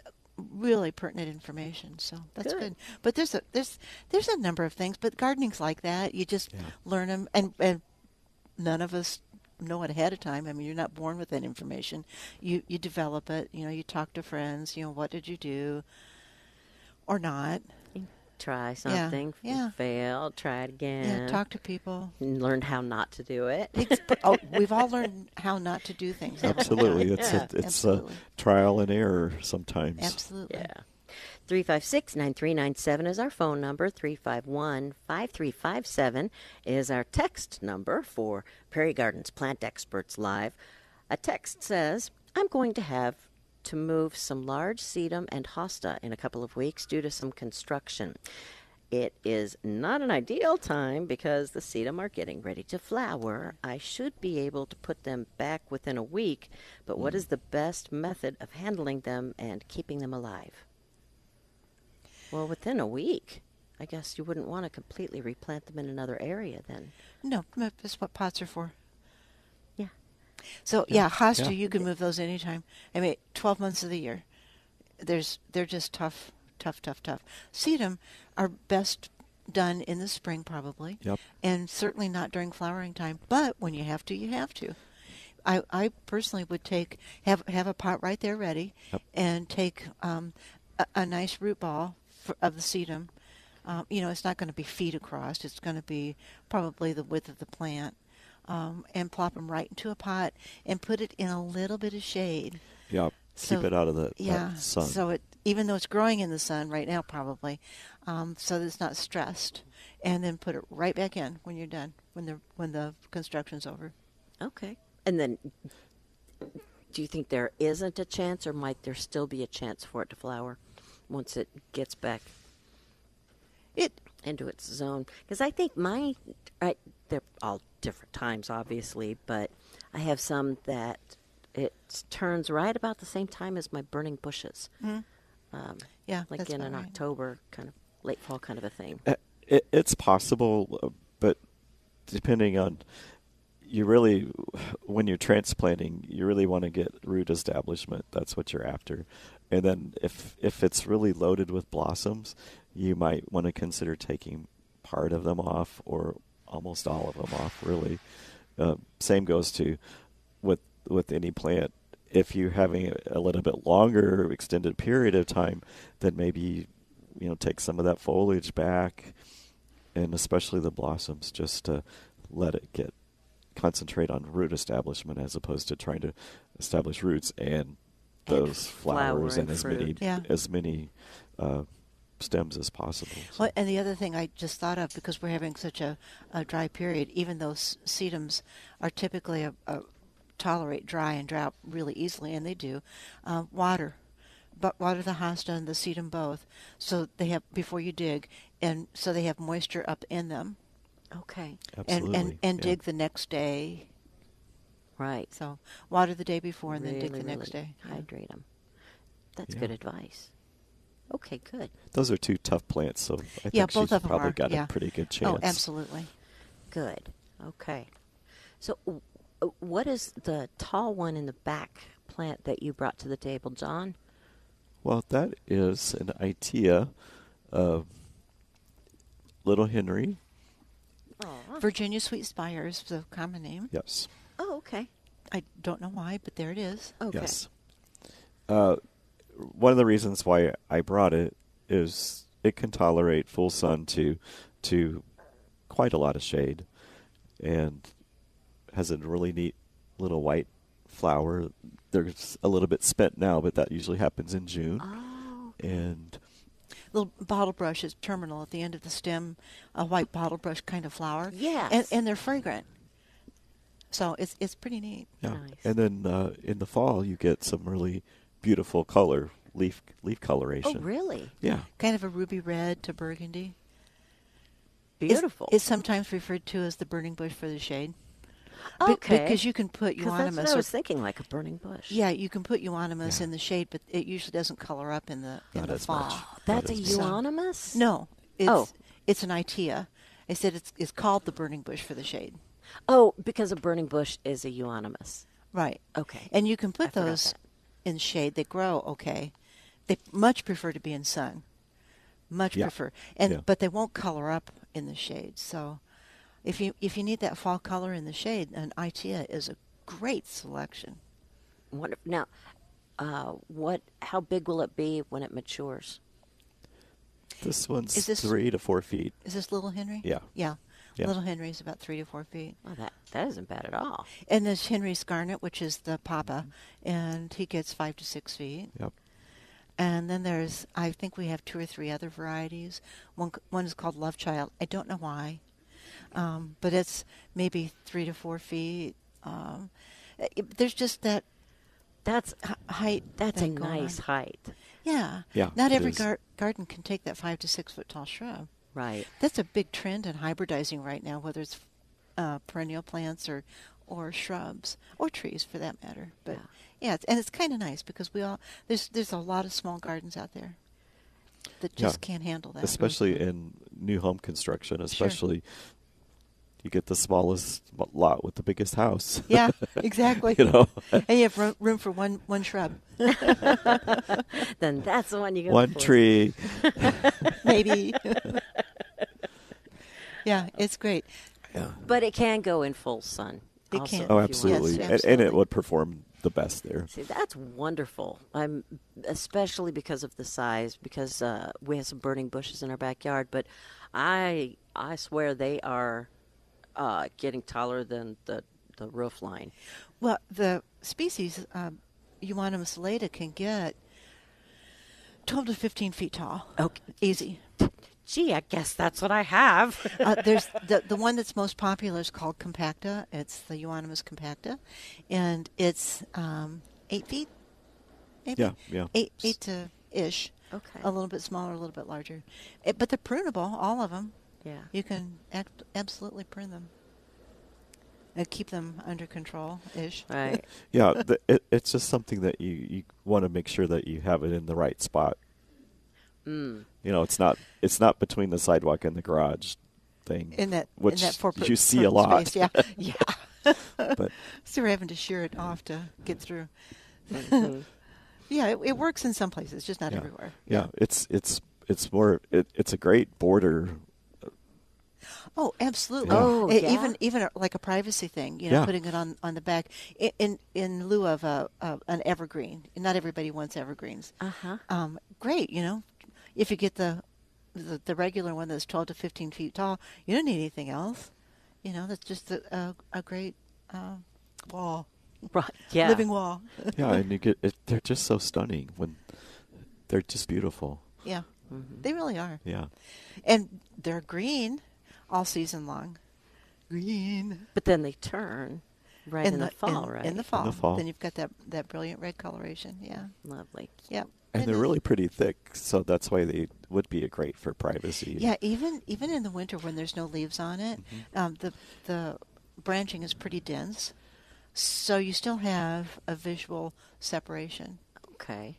S5: really pertinent information. So that's
S3: Good.
S5: good. But there's a there's there's a number of things, but gardening's like that. You just learn 'em learn them, and and none of us know it ahead of time. I mean, you're not born with that information. You you develop it. You know, you talk to friends. You know, what did you do, or not?
S3: Try something. f-
S5: yeah.
S3: Fail. Try it again.
S5: Yeah, talk to people.
S3: and learn how not to do it.
S5: Ex- oh, we've all learned how not to do things. haven't we?
S4: absolutely. It's
S5: Yeah,
S4: a, it's
S5: absolutely.
S4: a trial and error sometimes.
S5: absolutely.
S3: Yeah. 356 9397 is our phone number. 351 5357 is our text number for Prairie Gardens Plant Experts Live. A text says, I'm going to have to move some large sedum and hosta in a couple of weeks due to some construction. It is not an ideal time because the sedum are getting ready to flower. I should be able to put them back within a week, but what is the best method of handling them and keeping them alive? Well, within a week. I guess you wouldn't want to completely replant them in another area then.
S5: No, no, that's what pots are for.
S3: Yeah.
S5: So yeah, hosta,
S4: yeah.
S5: you can move those anytime. I mean, twelve months of the year. There's they're just tough, tough, tough, tough. Sedum are best done in the spring probably.
S4: Yep.
S5: And certainly not during flowering time. But when you have to, you have to. I, I personally would take have have a pot right there ready, and take um, a, a nice root ball for, of the sedum. Um, you know, it's not going to be feet across. It's going to be probably the width of the plant, um, and plop them right into a pot and put it in a little bit of shade.
S4: Yeah,
S5: So-
S4: keep it out of the that
S5: Yeah.
S4: sun.
S5: So it even though it's growing in the sun right now, probably, um, so that it's not stressed, and then put it right back in when you're done when the when the construction's over.
S3: Okay. And then do you think there isn't a chance or might there still be a chance for it to flower once it gets back
S5: It
S3: into its zone because I think my I, they're all different times, obviously, but I have some that it turns right about the same time as my burning bushes, um,
S5: yeah,
S3: like
S5: that's
S3: in
S5: about
S3: an
S5: right.
S3: October kind of late fall kind of a thing.
S4: Uh, It, it's possible, uh, but depending on you really, when you're transplanting, you really want to get root establishment. That's what you're after. And then if if it's really loaded with blossoms, you might want to consider taking part of them off or almost all of them off. Really, uh, same goes to with with any plant. If you're having a little bit longer extended period of time, then maybe you know take some of that foliage back, and especially the blossoms, just to let it get concentrate on root establishment as opposed to trying to establish roots and those flowers
S3: flower
S4: and
S3: and
S4: as
S3: fruit.
S4: many
S5: Yeah.
S4: as many uh, stems as possible. So-
S5: Well, and the other thing I just thought of because we're having such a, a dry period, even though s- sedums are typically a, a tolerate dry and drought really easily, and they do, um, water, but water the hosta and the sedum both, so they have before you dig, and so they have moisture up in them,
S3: Okay.
S5: and and,
S4: Absolutely,
S5: and
S4: yeah.
S5: dig the next day.
S3: Right.
S5: So water the day before and then dig the
S3: Really,
S5: next
S3: really
S5: day. Yeah.
S3: Hydrate them. That's
S4: Yeah.
S3: good advice. Okay, good.
S4: Those are two tough plants, so I
S5: Yeah,
S4: think
S5: both
S4: she's
S5: of them
S4: probably
S5: are.
S4: got
S5: yeah.
S4: a pretty good chance.
S5: Oh, absolutely.
S3: Good. Okay. So, w- uh, what is the tall one in the back plant that you brought to the table, John?
S4: Well, that is an itea, uh, Little Henry.
S3: Oh,
S5: Virginia Sweet Spire is the common name.
S4: Yes.
S3: oh okay.
S5: I don't know why, but there it is.
S3: Okay.
S4: Yes. Uh, one of the reasons why I brought it is it can tolerate full sun to to quite a lot of shade, and has a really neat little white flower. There's a little bit spent now, but that usually happens in June,
S3: Oh,
S4: and
S5: little bottle brush is terminal at the end of the stem, a white bottle brush kind of flower.
S3: Yes.
S5: And, and they're fragrant. So it's it's pretty neat.
S4: Yeah.
S3: Nice.
S4: And then uh, in the fall, you get some really beautiful color leaf leaf
S3: oh
S4: coloration.
S3: really?
S4: Yeah.
S5: Kind of a ruby red to burgundy. It's-
S3: Beautiful.
S5: It's, sometimes referred to as the burning bush for the shade. Be-
S3: okay.
S5: because you can put
S3: 'Cause that's
S5: euonymus.
S3: what I
S5: or-
S3: was thinking, like a burning bush.
S5: yeah, you can put euonymus
S4: Yeah.
S5: in the shade, but it usually doesn't color up in the in
S4: Not
S5: the
S4: as
S5: fall.
S4: much.
S3: That's a
S4: Not as much.
S3: euonymus.
S5: No. It's,
S3: Oh.
S5: It's an itea. I said it's it's called the burning bush for the shade.
S3: Oh, because a burning bush is a euonymus.
S5: Right.
S3: Okay.
S5: And you can
S3: I
S5: put
S3: forgot
S5: those
S3: that.
S5: in shade. They grow okay. They much prefer to be in sun. Much
S4: Yeah.
S5: prefer. And
S4: Yeah.
S5: but they won't color up in the shade. So if you if you need that fall color in the shade, an itea is a great selection.
S3: Wonder- Now, uh, what? How big will it be when it matures?
S4: This one's
S5: Is this-
S4: three to four feet.
S5: Is this Little Henry?
S4: Yeah.
S5: Yeah.
S4: Yeah.
S5: Little Henry is about three to four feet.
S3: Well, that that isn't bad at all.
S5: And there's Henry's Garnet, which is the papa, and he gets five to six feet.
S4: Mm-hmm. Yep.
S5: And then there's, I think we have two or three other varieties. One, c- one is called Love Child. I don't know why, um, but it's maybe three to four feet. Um, i- i- there's just that
S3: That's
S5: h- height.
S3: that's a
S5: thing going
S3: nice
S5: on.
S3: height,
S5: Yeah.
S4: Yeah,
S5: Not
S4: it
S5: every
S4: is.
S5: gar- garden can take that five to six foot tall shrub.
S3: right?
S5: That's a big trend in hybridizing right now, whether it's uh, perennial plants or or shrubs or trees for that matter. But yeah,
S3: Yeah.
S5: it's, and it's kind of nice because we all there's there's a lot of small gardens out there that
S4: Yeah.
S5: just can't handle that.
S4: Especially in new home construction, especially you get the smallest lot with the biggest house.
S5: Yeah, exactly.
S4: you know,
S5: And you have room, room for one one shrub,
S3: Then that's the one you go
S4: one
S3: for.
S4: tree.
S5: maybe. yeah, it's great.
S3: But it can go in full sun.
S5: It
S3: also,
S5: can.
S3: if you
S4: Oh,
S3: want.
S4: absolutely.
S5: Yes,
S4: And, and
S5: absolutely.
S4: it would perform the best there.
S3: See, that's wonderful. I'm especially because of the size, because uh, we have some burning bushes in our backyard. But I, I swear they are uh, getting taller than the the roof line.
S5: Well, the species um, Euonymus lata can get twelve to fifteen feet tall.
S3: Okay.
S5: easy.
S3: Gee, I guess that's what I have.
S5: uh, there's the the one that's most popular is called compacta. It's the Euonymus compacta, and it's um, eight feet, maybe.
S4: Yeah, yeah.
S5: Eight eight to ish.
S3: Okay.
S5: A little bit smaller, a little bit larger, Eh, but they're prunable, all of them.
S3: Yeah.
S5: You can act, absolutely prune them. Uh, keep them under control, ish.
S3: right.
S4: Yeah, the, it, it's just something that you, you want to make sure that you have it in the right spot.
S5: Mm.
S4: You know, it's not it's not between the sidewalk and the garage thing.
S5: In that
S4: which
S5: in that four
S4: you see a lot.
S5: Space. Yeah, yeah.
S4: but
S5: So we're having to shear it off to get through.
S3: Mm-hmm.
S5: yeah, it, it works in some places, just not
S4: yeah,
S5: everywhere.
S4: yeah, it's it's it's more it, it's a great border.
S5: Oh, absolutely.
S4: Yeah.
S3: Oh,
S5: E-
S3: yeah.
S5: Even even uh, like a privacy thing, you know,
S4: Yeah.
S5: putting it on, on the back I- in in lieu of a, a an evergreen. Not everybody wants evergreens.
S3: Uh-huh.
S5: Um, great, you know, if you get the, the the regular one that's twelve to fifteen feet tall, you don't need anything else. You know, that's just a a, a great uh, wall,
S3: Right. Yeah.
S5: living wall.
S4: Yeah, and you get it, they're just so stunning when they're just beautiful.
S5: yeah,
S3: Mm-hmm.
S5: they really are.
S4: Yeah,
S5: And they're green all season long. Green.
S3: But then they turn right in, the, fall,
S5: in,
S3: right?
S5: In the fall.
S4: fall.
S5: Then you've got that, that brilliant red coloration. Yeah.
S3: Lovely.
S5: Yep.
S4: and they're
S5: then-
S4: really pretty thick, so that's why they would be a great for privacy.
S5: Yeah, even even in the winter when there's no leaves on it,
S4: Mm-hmm.
S5: um, the the branching is pretty dense, so you still have a visual separation.
S3: Okay.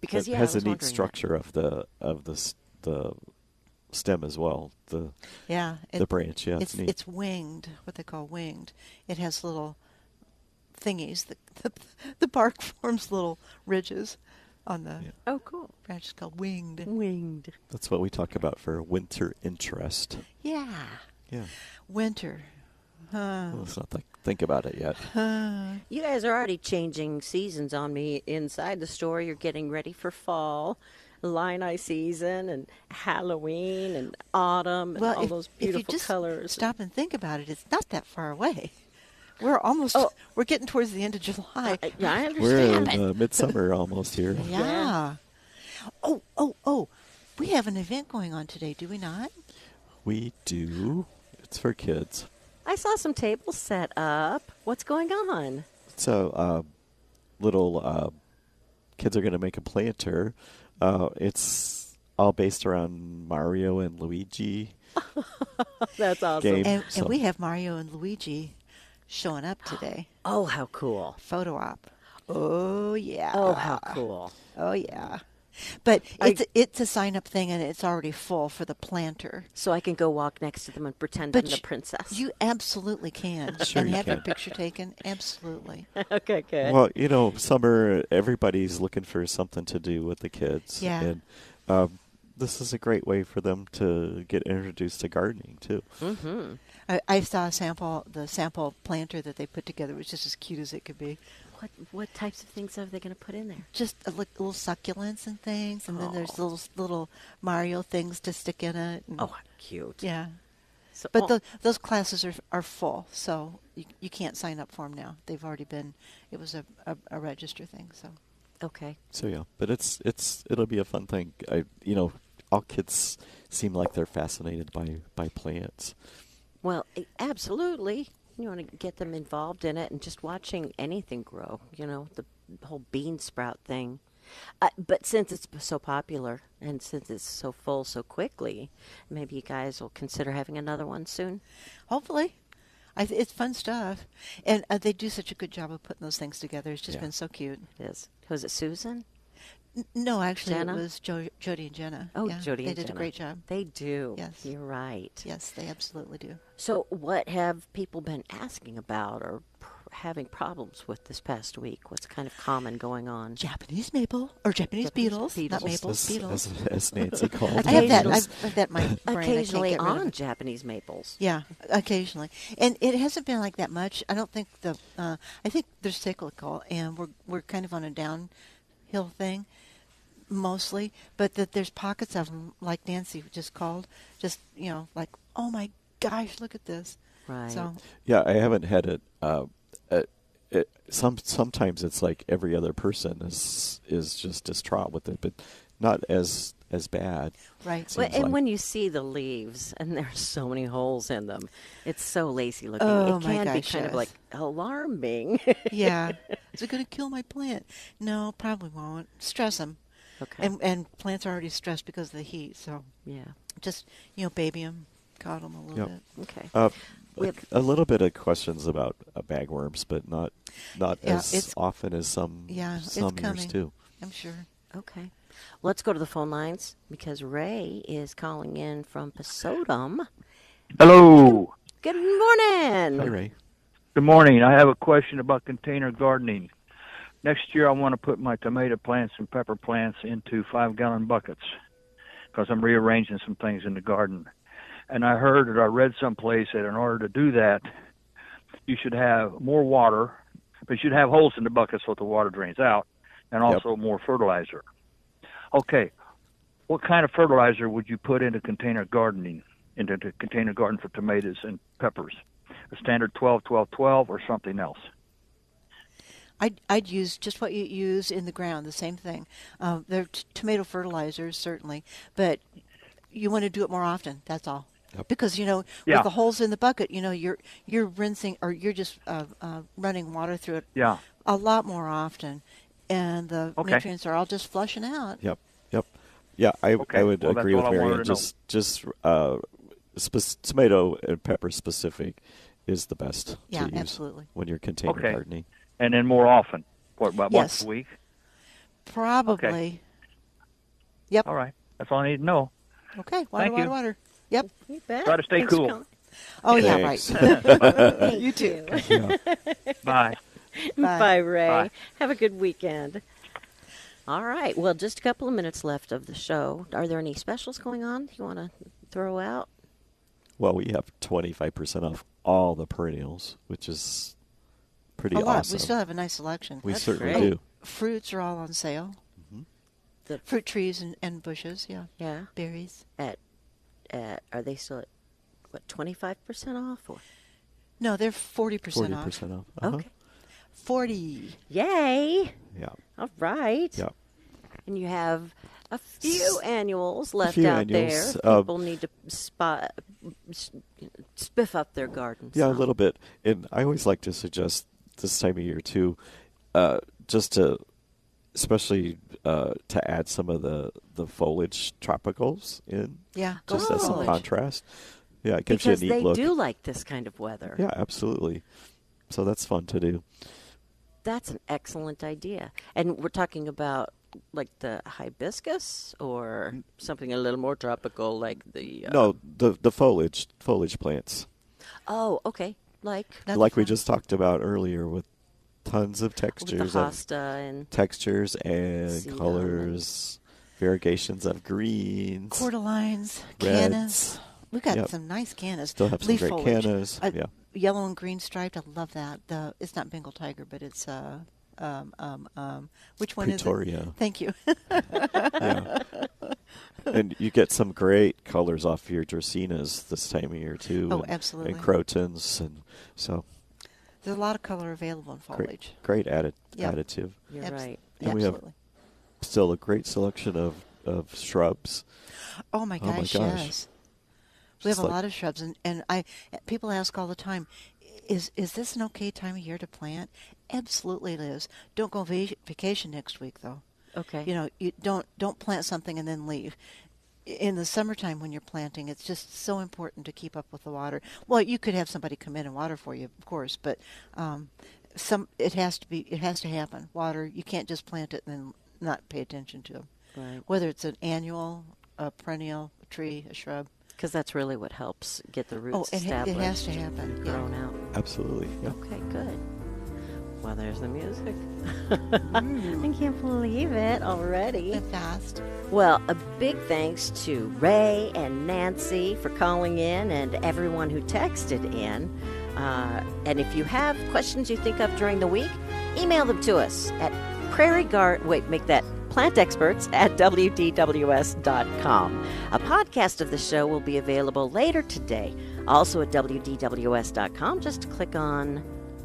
S3: Because
S4: it
S3: yeah, I
S4: has a
S3: was
S4: neat
S3: wondering that.
S4: structure of the of the s- the stem as well. The
S5: Yeah,
S4: The branch, yeah, it's
S5: it's
S4: neat.
S5: it's winged, what they call winged. It has little thingies. The the, the bark forms little ridges on the
S4: Yeah.
S3: Oh, cool.
S5: branch. It's called winged.
S3: Winged.
S4: that's what we talk about for winter interest.
S3: Yeah.
S4: Yeah,
S5: Winter.
S3: Oh.
S5: Huh.
S4: let's not th- think about it yet.
S3: You guys are already changing seasons on me inside the store. You're getting ready for fall, line eye season, and Halloween, and autumn, and all
S5: if-
S3: those
S5: if you
S3: beautiful
S5: just
S3: colors.
S5: Stop and think about it. It's not that far away. We're almost.
S3: Oh. Uh,
S5: We're getting towards the end of July.
S3: I, yeah, I
S4: We're
S3: understand.
S4: in uh, midsummer almost here.
S5: yeah. Oh, oh, oh. We have an event going on today, do we not?
S4: We do. It's for kids.
S3: I saw some tables set up. What's going on?
S4: So, uh, little uh, kids are going to make a planter. Uh, it's all based around Mario and Luigi.
S3: That's awesome.
S4: Game.
S5: And,
S4: So-
S5: and we have Mario and Luigi showing up today.
S3: Oh, how cool.
S5: Photo op. Oh yeah.
S3: Oh, how cool.
S5: Oh, yeah. But it's it's a sign up thing and it's already full for the planter.
S3: So I can go walk next to them and pretend I'm the
S5: you-
S3: princess.
S5: You absolutely can.
S4: Sure
S5: and
S4: you
S5: have your
S4: can.
S5: picture taken. Absolutely.
S3: okay, good.
S4: Well, you know, summer, everybody's looking for something to do with the kids.
S5: Yeah.
S4: And um, this is a great way for them to get introduced to gardening, too.
S5: Hmm. I, I saw a sample, the sample planter that they put together was just as cute as it could be.
S3: What what types of things are they going to put in there?
S5: Just a, li- little succulents and things, and then there's little little Mario things to stick in it. and-
S3: Oh, how cute.
S5: yeah.
S3: So,
S5: But
S3: oh,
S5: tho- those classes are are full, so you, you can't sign up for them now. They've already been. It was a, a, a register thing, so
S3: okay.
S4: So yeah, but it's it's it'll be a fun thing. I you know, all kids seem like they're fascinated by by plants.
S3: Well, i- absolutely. You want to get them involved in it and just watching anything grow, you know, the whole bean sprout thing. Uh, but since it's so popular and since it's so full so quickly, maybe you guys will consider having another one soon.
S5: hopefully. I th- it's fun stuff, and uh, they do such a good job of putting those things together. It's just
S4: Yeah.
S5: been so cute.
S3: It is. Was it Susan?
S5: N- no, actually,
S3: Jenna?
S5: it was jo- Jody and Jenna.
S3: Oh,
S5: yeah,
S3: Jody
S5: they
S3: and
S5: did
S3: Jenna.
S5: a great job.
S3: They do.
S5: Yes.
S3: You're right.
S5: Yes, they absolutely do.
S3: So, what have people been asking about or pr- having problems with this past week? What's kind of common going on?
S5: Japanese maple or Japanese,
S3: Japanese
S5: beetles,
S3: beetles.
S5: not maples,
S4: as,
S5: beetles.
S4: as, as Nancy called.
S5: I
S4: them.
S5: have that.
S3: Occasionally-
S5: I've, I've that in my brain. I can't
S3: Occasionally
S5: get rid of
S3: on
S5: it.
S3: Japanese maples.
S5: Yeah, occasionally, and it hasn't been like that much. I don't think the. Uh, I think they're cyclical, and we're we're kind of on a downhill thing, mostly. But that there's pockets of them, like Nancy just called, just you know, like oh my gosh, look at this.
S3: Right.
S5: So
S4: Yeah, I haven't had it. Uh, uh it some sometimes it's like every other person is is just distraught with it, but not as as bad.
S5: right.
S4: So-
S3: Well,
S4: Seems
S3: and
S4: like-
S3: when you see the leaves, and there's so many holes in them, it's so lacy looking.
S5: Oh,
S3: it
S5: my
S3: can be
S5: gosh,
S3: kind of
S5: yes.
S3: like alarming.
S5: yeah. Is it going to kill my plant? No, probably won't. Stress them.
S3: Okay.
S5: And and plants are already stressed because of the heat, so
S3: yeah.
S5: just you know, baby them, coddle them a little
S4: Yep.
S5: bit.
S3: Okay.
S4: Uh,
S3: We
S4: like
S3: have-
S4: a little bit of questions about uh, bagworms, but not not
S5: Yeah,
S4: as
S5: it's-
S4: often as some
S5: Yeah, it's
S4: some years
S5: coming.
S4: too.
S5: I'm sure.
S3: okay. Let's go to the phone lines because Ray is calling in from Posodum.
S7: Hello.
S3: Good morning.
S4: Hi, Ray.
S7: Good morning. I have a question about container gardening. Next year, I want to put my tomato plants and pepper plants into five gallon buckets because I'm rearranging some things in the garden. And I heard or I read someplace that in order to do that, you should have more water, but you should have holes in the bucket so that the water drains out, and
S4: Yep.
S7: also more fertilizer. Okay, what kind of fertilizer would you put into container gardening, into the container garden for tomatoes and peppers? A standard 12, 12, 12, or something else?
S5: I'd, I'd use just what you use in the ground, the same thing. Uh, they're t- tomato fertilizers, certainly, but you want to do it more often. That's all. Because you know,
S7: Yeah.
S5: with the holes in the bucket, you know you're you're rinsing or you're just uh, uh, running water through it
S7: Yeah.
S5: a lot more often, and the
S7: Okay.
S5: nutrients are all just flushing out.
S4: Yep. Yep. Yeah, I,
S7: Okay,
S4: I would
S7: well, that's
S4: agree
S7: all
S4: with
S7: I wanted
S4: Marianne.
S7: to know.
S4: Just just uh, spec- tomato and pepper specific is the best.
S5: Yeah,
S4: to use
S5: absolutely.
S4: When you're container
S7: Okay.
S4: gardening,
S7: And then more often. What, about once
S5: Yes.
S7: a week?
S5: Probably. Yep.
S7: All right. That's all I need to know.
S5: Okay. Water,
S7: Thank
S5: water,
S7: you.
S5: water. Yep.
S2: You bet.
S7: Try to stay
S2: Thanks for
S7: cool.
S2: calling.
S5: Oh yeah.
S4: Thanks.
S5: Right.
S2: you too.
S7: Bye.
S5: Bye.
S2: Bye, Ray.
S7: Bye.
S2: Have a good weekend.
S3: All right. Well, just a couple of minutes left of the show. Are there any specials going on you want to throw out?
S4: well, we have 25% off all the perennials, which is pretty
S5: A lot.
S4: awesome.
S5: We still have a nice selection.
S4: We
S3: That's
S4: certainly
S3: great.
S4: do.
S5: Fruits are all on sale.
S4: Mm-hmm.
S3: The-
S5: fruit trees and, and bushes. Yeah.
S3: Yeah.
S5: Berries.
S3: At, at are they still at what twenty five percent off? Or
S5: No, they're forty percent
S4: Forty
S5: off.
S4: percent off. Uh-huh.
S3: okay.
S5: Forty.
S3: Yay!
S4: Yeah.
S3: All right.
S4: Yeah.
S3: And you have a few annuals left
S4: few
S3: out
S4: annuals,
S3: there.
S4: uh,
S3: People need to spot, s- spiff up their gardens.
S4: Yeah, a
S3: some.
S4: little bit. And I always like to suggest this time of year too, uh, just to, especially uh, to add some of the the foliage tropicals in.
S5: Yeah, go
S4: Just as some
S5: foliage.
S4: contrast. Yeah, it gives
S3: because
S4: you a neat
S3: they
S4: look.
S3: do like this kind of weather.
S4: Yeah, absolutely. So that's fun to do.
S3: That's an excellent idea. And we're talking about like the hibiscus or something a little more tropical, like the uh,
S4: No, the the foliage foliage plants,
S3: Oh, okay, like
S5: That's
S4: like we
S5: fun.
S4: just talked about earlier, with tons of
S3: with the
S4: textures of
S3: hosta and
S4: textures and
S3: Sea
S4: colors, variegations of greens.
S5: Cordylines,
S4: Reds.
S5: cannas. We've got
S4: Yep.
S5: some nice cannas.
S4: Still have some
S5: Leaf
S4: great
S5: foliage.
S4: cannas,
S5: Uh,
S4: yeah.
S5: Yellow and green striped. I love that. The it's not Bengal tiger, but it's uh um um um which one is
S4: Pretoria.
S5: it? Thank you.
S4: yeah. and you get some great colors off your dracenas this time of year too.
S5: Oh,
S4: and-
S5: absolutely.
S4: And crotons, and so
S5: There's a lot of color available in
S4: great,
S5: foliage.
S4: great added
S5: Yeah.
S4: additive.
S3: you're
S5: Abs-
S3: right.
S4: And we have-
S5: Absolutely.
S4: Still a great selection of of shrubs.
S5: Oh my
S4: Oh my
S5: gosh,
S4: gosh.
S5: yes. We have
S4: Just
S5: a
S4: like-
S5: lot of shrubs, and, and I people ask all the time, is is this an okay time of year to plant? Absolutely, it is. Don't go va- vacation next week though.
S3: Okay.
S5: You know, you don't don't plant something and then leave. In the summertime when you're planting, it's just so important to keep up with the water. Well, you could have somebody come in and water for you, of course, but um, some it has to be it has to happen. Water, you can't just plant it and then not pay attention to them.
S3: Right.
S5: Whether it's an annual, a perennial, a tree, a shrub.
S3: Because that's really what helps get the roots
S5: Oh, it, ha- it
S3: established,
S5: has to happen. Yeah.
S3: grown out.
S4: Absolutely. Yeah.
S3: Okay, good. Well, there's the music.
S5: Mm.
S3: I can't believe it already.
S5: Fast.
S3: Well, a big thanks to Ray and Nancy for calling in and everyone who texted in. Uh, and if you have questions you think of during the week, email them to us at prairie guard. Wait, make that plant experts at wdws.com. A podcast of the show will be available later today, also at wdws.com. Just click on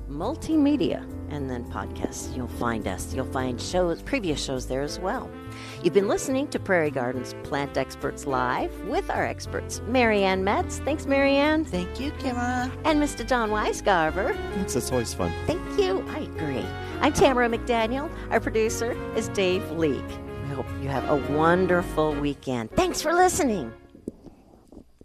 S3: multimedia and then podcasts you'll find us you'll find shows previous shows there as well you've been listening to prairie gardens plant experts live with our experts marianne metz thanks marianne
S5: Thank you, Kimara.
S3: and mr don weisgarver
S4: It's, it's always fun.
S3: thank you i agree i'm tamara mcdaniel our producer is dave leake we hope you have a wonderful weekend thanks for listening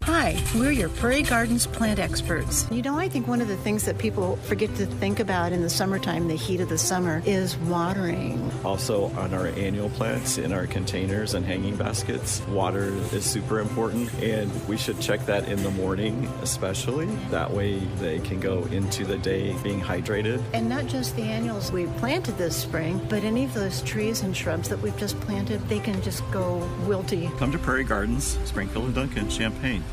S1: Hi, we're your Prairie Gardens plant experts. You know, I think one of the things that people forget to think about in the summertime, the heat of the summer, is watering.
S8: Also, on our annual plants in our containers and hanging baskets, water is super important, and we should check that in the morning, especially. That way, they can go into the day being hydrated.
S1: And not just the annuals we planted this spring, but any of those trees and shrubs that we've just planted, they can just go wilty.
S8: Come to Prairie Gardens, Springfield and Duncan, Champaign.